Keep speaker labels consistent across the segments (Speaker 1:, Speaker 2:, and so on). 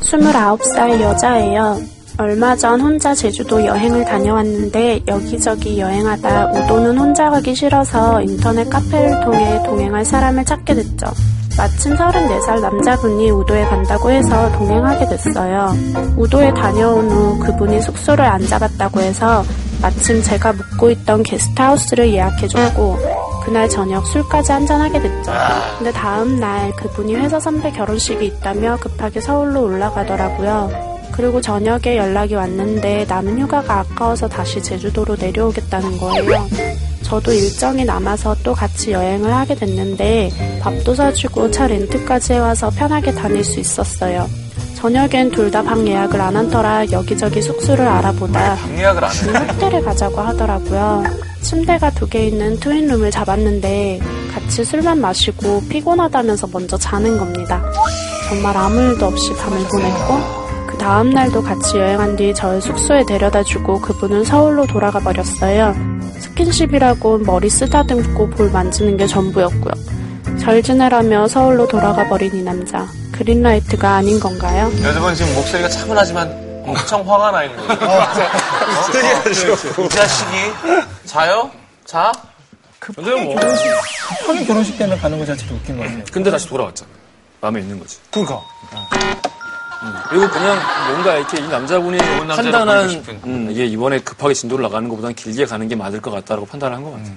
Speaker 1: 29살 여자예요. 얼마 전 혼자 제주도 여행을 다녀왔는데 여기저기 여행하다 우도는 혼자 가기 싫어서 인터넷 카페를 통해 동행할 사람을 찾게 됐죠. 마침 34살 남자분이 우도에 간다고 해서 동행하게 됐어요. 우도에 다녀온 후 그분이 숙소를 안 잡았다고 해서 마침 제가 묵고 있던 게스트하우스를 예약해줬고 그날 저녁 술까지 한잔하게 됐죠. 근데 다음 날 그분이 회사 선배 결혼식이 있다며 급하게 서울로 올라가더라고요. 그리고 저녁에 연락이 왔는데 남은 휴가가 아까워서 다시 제주도로 내려오겠다는 거예요. 저도 일정이 남아서 또 같이 여행을 하게 됐는데 밥도 사주고 차 렌트까지 해와서 편하게 다닐 수 있었어요. 저녁엔 둘 다 방 예약을 안 한 터라 여기저기 숙소를 알아보다
Speaker 2: 방 예약을 안 해.
Speaker 1: 같이 호텔에 가자고 하더라고요. 침대가 두 개 있는 트윈룸을 잡았는데 같이 술만 마시고 피곤하다면서 먼저 자는 겁니다. 정말 아무 일도 없이 밤을 보냈고 그 다음 날도 같이 여행한 뒤 저를 숙소에 데려다주고 그분은 서울로 돌아가 버렸어요. 스킨십이라고 머리 쓰다듬고 볼 만지는 게 전부였고요. 잘 지내라며 서울로 돌아가 버린 이 남자. 그린라이트가 아닌 건가요?
Speaker 2: 여러분 지금 목소리가 차분하지만 엄청 화가 나 있는 거예요. 어, 이 자식이 자요? 자?
Speaker 3: 근데 뭐
Speaker 4: 하긴 결혼식 때문에 가는 거 자체도 웃긴 거 같아요.
Speaker 3: 근데 다시 돌아왔잖아. 마음에 있는 거지. 음.
Speaker 4: 그니까.
Speaker 3: 그리고 그냥 뭔가 이렇게 이 남자분이
Speaker 2: 남자로
Speaker 3: 판단한
Speaker 2: 보이고 싶은.
Speaker 3: 음, 이게 이번에 급하게 진도를 나가는 것보다는 길게 가는 게 맞을 것 같다라고 판단을 한 것 같아.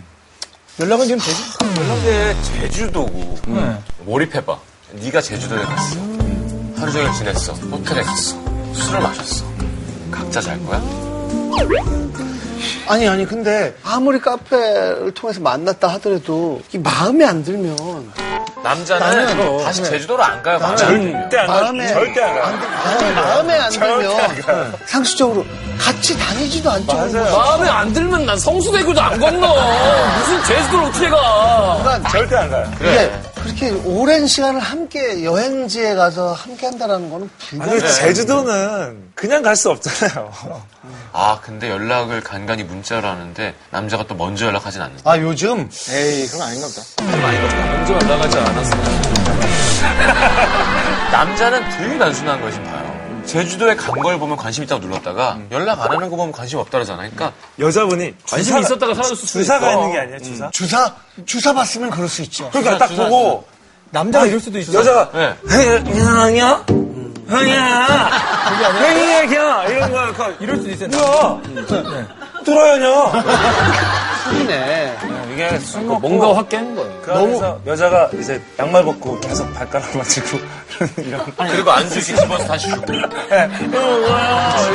Speaker 4: 연락은 지금 되지?
Speaker 2: 연락에 제주도고
Speaker 4: 네.
Speaker 2: 몰입해봐. 네가 제주도에 갔어. 하루 종일 지냈어. 호텔에 갔어. 술을 마셨어. 각자 잘 거야?
Speaker 5: 아니 아니 근데 아무리 카페를 통해서 만났다 하더라도 이 마음에 안 들면
Speaker 2: 남자는
Speaker 4: 나는,
Speaker 2: 다시
Speaker 4: 네.
Speaker 2: 제주도로 안 가요. 마음에 안 들면.
Speaker 5: 마음에 절대 안 가. 마음에 안 들면 상식적으로 같이 다니지도 않죠.
Speaker 3: 마음에 안 들면 난 성수대교도 안 건너. 무슨 제주도를 어떻게 가.
Speaker 5: 절대 안 가요. 뭐 근데 그렇게 오랜 시간을 함께 여행지에 가서 함께 한다라는 거는 불가능.
Speaker 6: 근데 제주도는 그냥 갈 수 없잖아요.
Speaker 2: 아 근데 연락을 간간히 문자로 하는데 남자가 또 먼저 연락하진 않는다.
Speaker 5: 아 요즘
Speaker 4: 에이, 그건 아닌가 보다.
Speaker 3: 먼저 연락하지 않았으면.
Speaker 2: 남자는 되게 단순한 거지 봐요. 제주도에 간 걸 보면 관심 있다고 눌렀다가 연락 안 하는 거 보면 관심 없다 그러잖아. 그러니까
Speaker 6: 여자분이
Speaker 3: 관심이 있었다가 사라졌을 수도
Speaker 6: 주사가
Speaker 3: 있어.
Speaker 6: 있는 게 아니야 주사.
Speaker 5: 주사 주사 봤으면 그럴 수 있죠.
Speaker 6: 음. 그러니까 딱
Speaker 2: 주사,
Speaker 6: 보고
Speaker 4: 남자가 이럴 수도 있어.
Speaker 6: 여자가
Speaker 2: 네.
Speaker 6: 형이야, 형이야, 형이야, 형이야 이런 거야. 그러니까
Speaker 4: 이럴 수도 있어.
Speaker 6: 뭐야? 뚫어요냐?
Speaker 5: 술이네.
Speaker 6: 이게 술 먹고
Speaker 3: 뭔가 확 깨는 거예요.
Speaker 6: 그러면서 여자가 이제 양말 벗고 계속 발가락 만지고 이런. 네.
Speaker 2: 그리고 안수씨 집어서 다시 주고.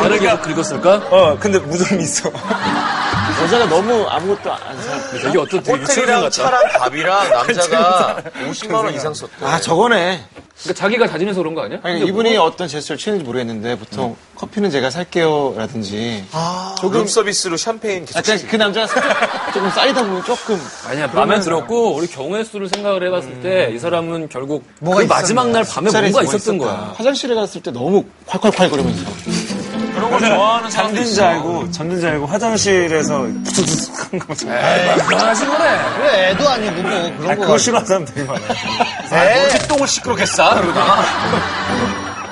Speaker 3: 다르게 계속 긁었을까?
Speaker 6: 어 근데 무덤이 있어.
Speaker 3: 여자가 너무 아무것도 안 사. 되게 어떤 되게 유치원
Speaker 2: 호텔이랑
Speaker 3: 같다.
Speaker 2: 차랑 밥이랑 남자가 50만 원 이상 썼대.
Speaker 7: 아 저거네.
Speaker 3: 그러니까 자기가 다짐해서 그런 거 아니야?
Speaker 7: 아니, 이분이 어떤 제스처를 취는지 모르겠는데 보통 커피는 제가 살게요라든지
Speaker 2: 조금 서비스로 샴페인 계속.
Speaker 7: 약간 그 남자가 살- 조금 싸이다 보면 조금
Speaker 3: 아니야 마음에 들었고 우리 경우의 수를 생각을 해봤을 때 이 사람은 결국
Speaker 5: 뭐가
Speaker 3: 그 마지막 날 밤에
Speaker 7: 쌀에서
Speaker 3: 뭔가
Speaker 7: 뭐
Speaker 3: 있었던
Speaker 7: 있었다.
Speaker 3: 거야.
Speaker 7: 화장실에 갔을 때 너무 콸콸콸 거리면서
Speaker 2: 그런 걸 좋아하는 사람도
Speaker 6: 잠든 줄
Speaker 2: 있어.
Speaker 6: 알고 잠든 줄 알고 화장실에서 부스스한 거.
Speaker 3: 이상하신 거네.
Speaker 5: 그래 애도 아니고 뭐
Speaker 6: 아
Speaker 5: 그런 거.
Speaker 6: 그거 싫어하는 사람 되게 많아요.
Speaker 5: 에
Speaker 2: 똥을 시끄럽게 싸 아, 그러다가.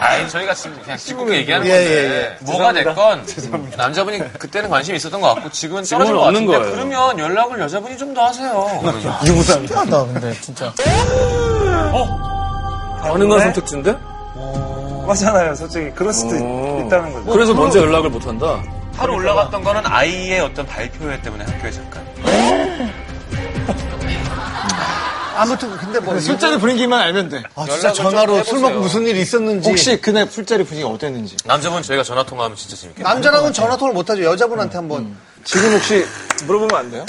Speaker 2: 아니 저희가 지금 그냥 시끄럽게 얘기하는
Speaker 5: 예,
Speaker 2: 건데
Speaker 5: 예,
Speaker 2: 뭐가 됐건 남자분이 그때는 관심이 있었던 것 같고 지금은 떨어진 것
Speaker 3: 없는
Speaker 2: 같은데
Speaker 3: 거예요.
Speaker 2: 그러면 연락을 여자분이 좀 더 하세요.
Speaker 4: 신기하다, 근데, 진짜.
Speaker 3: 가능한 선택지인데?
Speaker 6: 맞잖아요, 솔직히. 그럴 수도 있, 다는 거죠.
Speaker 3: 그래서 먼저 연락을 못 한다.
Speaker 2: 하루 올라갔던 거는 아이의 어떤 발표회 때문에 학교에 잠깐.
Speaker 5: 아무튼 근데 뭐
Speaker 7: 술자리 분위기만 알면 돼.
Speaker 4: 네.
Speaker 5: 아 진짜
Speaker 2: 연락을 좀
Speaker 5: 전화로 술
Speaker 2: 해보세요.
Speaker 5: 먹고 무슨 일이 있었는지.
Speaker 7: 혹시 그날 술자리 분위기가 어땠는지.
Speaker 2: 남자분 저희가 전화 통화하면 진짜 재밌겠다.
Speaker 5: 남자랑은 전화 통화를 못하죠. 여자분한테 한번.
Speaker 7: 지금 혹시 물어보면 안 돼요?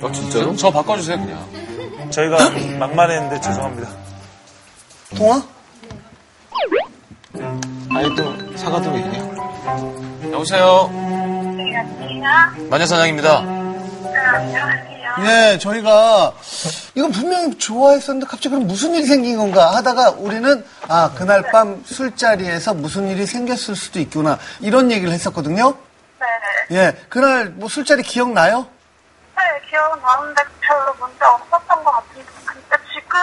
Speaker 2: 어,
Speaker 3: 아 진짜로?
Speaker 2: 저 바꿔주세요 그냥.
Speaker 6: 저희가 막말했는데 죄송합니다.
Speaker 5: 통화?
Speaker 7: 아니 또 사과도 있네요.
Speaker 2: 여보세요. 마녀 사냥입니다.
Speaker 5: 네, 저희가 이건 분명히 좋아했었는데 갑자기 그럼 무슨 일이 생긴 건가 하다가 우리는 아 그날 밤 술자리에서 무슨 일이 생겼을 수도 있구나 이런 얘기를 했었거든요.
Speaker 8: 네,
Speaker 5: 예, 그날 뭐 술자리 기억나요?
Speaker 8: 네, 기억은 나는데 별로 문제 없었던 것 같은데, 근데 지금,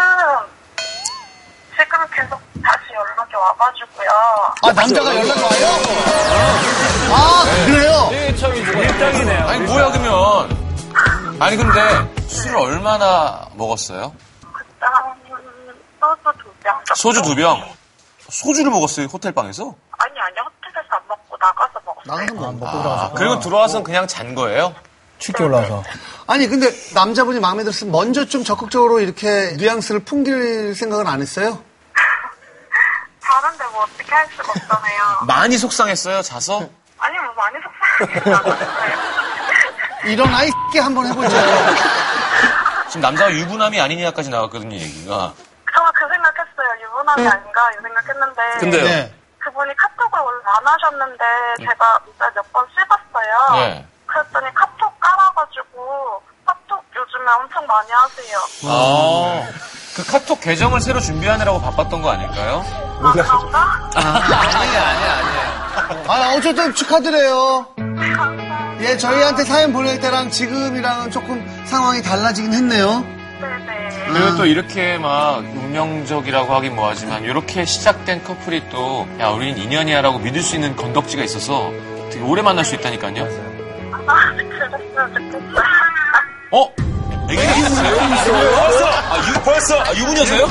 Speaker 8: 와가지고요.
Speaker 5: 아, 남자가 연락 와요? 아, 그래요?
Speaker 6: 밀당이네요.
Speaker 2: 아니 뭐야 그러면 아니 근데 술을 얼마나 먹었어요?
Speaker 8: 그다음 소주 두 병.
Speaker 2: 소주 두 병. 소주를 먹었어요 호텔 방에서?
Speaker 8: 아니 아니 호텔에서 안 먹고 나가서 먹었어요.
Speaker 5: 나가서 뭐.
Speaker 4: 먹고 들어가서.
Speaker 2: 아, 그리고 들어와서는 그냥 잔 거예요?
Speaker 4: 춥게 올라와서.
Speaker 5: 아니, 근데 남자분이 마음에 들었으면 먼저 좀 적극적으로 이렇게 뉘앙스를 풍길 생각은 안 했어요?
Speaker 8: 다른데 뭐 어떻게 할 수가 없잖아요.
Speaker 2: 많이 속상했어요 자서?
Speaker 8: 아니 뭐 많이 속상하지 않았어요.
Speaker 5: 이런 아이 새끼 한번 해보죠.
Speaker 2: 지금 남자가 유부남이 아니냐까지 나왔거든요 얘기가.
Speaker 8: 정말 그 생각했어요. 유부남이 아닌가 이 생각했는데.
Speaker 3: 근데요.
Speaker 5: 네.
Speaker 8: 그분이 카톡을 원래 안 하셨는데
Speaker 4: 네.
Speaker 8: 제가 진짜 몇 번 씹었어요.
Speaker 2: 네.
Speaker 8: 그랬더니 카톡 깔아가지고 카톡 요즘에 엄청 많이 하세요.
Speaker 2: 아, 그 카톡 계정을 새로 준비하느라고 바빴던 거 아닐까요?
Speaker 8: 아, 그런가?
Speaker 2: 아니야, 아니야, 아니야.
Speaker 5: 아, 어쨌든 축하드려요.
Speaker 8: 음.
Speaker 5: 예, 저희한테 사연 보낼 때랑 지금이랑은 조금 상황이 달라지긴 했네요.
Speaker 8: 네네.
Speaker 2: 그리고 또 이렇게 막 운명적이라고 하긴 뭐하지만 이렇게 시작된 커플이 또 야, 우린 인연이야라고 믿을 수 있는 건덕지가 있어서 되게 오래 만날 수 있다니까요.
Speaker 8: 아, 그랬으면 좋겠어요.
Speaker 2: 어? 애기가 있으세요? 벌써? 아, 유, 벌써? 아, 유부녀세요?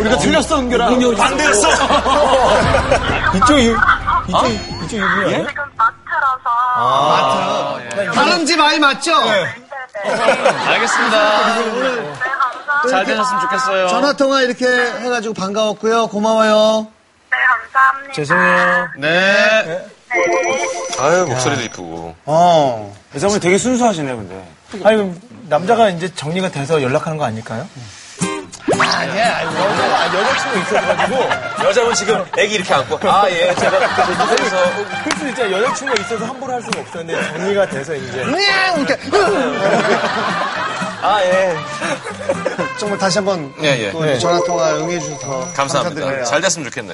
Speaker 4: 우리가 틀렸어, 은결아.
Speaker 2: 반대였어?
Speaker 4: 이쪽, 이, 이쪽, 이쪽 아. 유부녀 아니야?
Speaker 8: 네? 지금 마트라서.
Speaker 5: 다른 집 아이 맞죠?
Speaker 2: 네.
Speaker 8: 네네.
Speaker 2: 알겠습니다.
Speaker 8: 네, 감사합니다.
Speaker 2: 잘 되셨으면 좋겠어요.
Speaker 5: 전화통화 이렇게 해가지고 반가웠고요. 고마워요.
Speaker 8: 네, 감사합니다.
Speaker 4: 죄송해요.
Speaker 2: 네. 아유, 목소리도 이쁘고.
Speaker 5: 어.
Speaker 6: 여자분이 되게 순수하시네요, 근데.
Speaker 4: 아니, 그럼 남자가 이제 정리가 돼서 연락하는 거 아닐까요?
Speaker 6: 여자분 지금 애기 이렇게 안고, 아, 예, 제가 그때 못해서.
Speaker 4: 어, 그럴 수 있잖아. 여자친구가 있어서 함부로 할 수는 없어. 근데 정리가 돼서 이제.
Speaker 5: 냥! 이렇게.
Speaker 6: 아, 예.
Speaker 5: 정말 다시 한번
Speaker 2: 예, 예.
Speaker 5: 또 전화통화 응해주셔서
Speaker 2: 감사합니다.
Speaker 5: 감사드려요.
Speaker 2: 잘 됐으면 좋겠네요.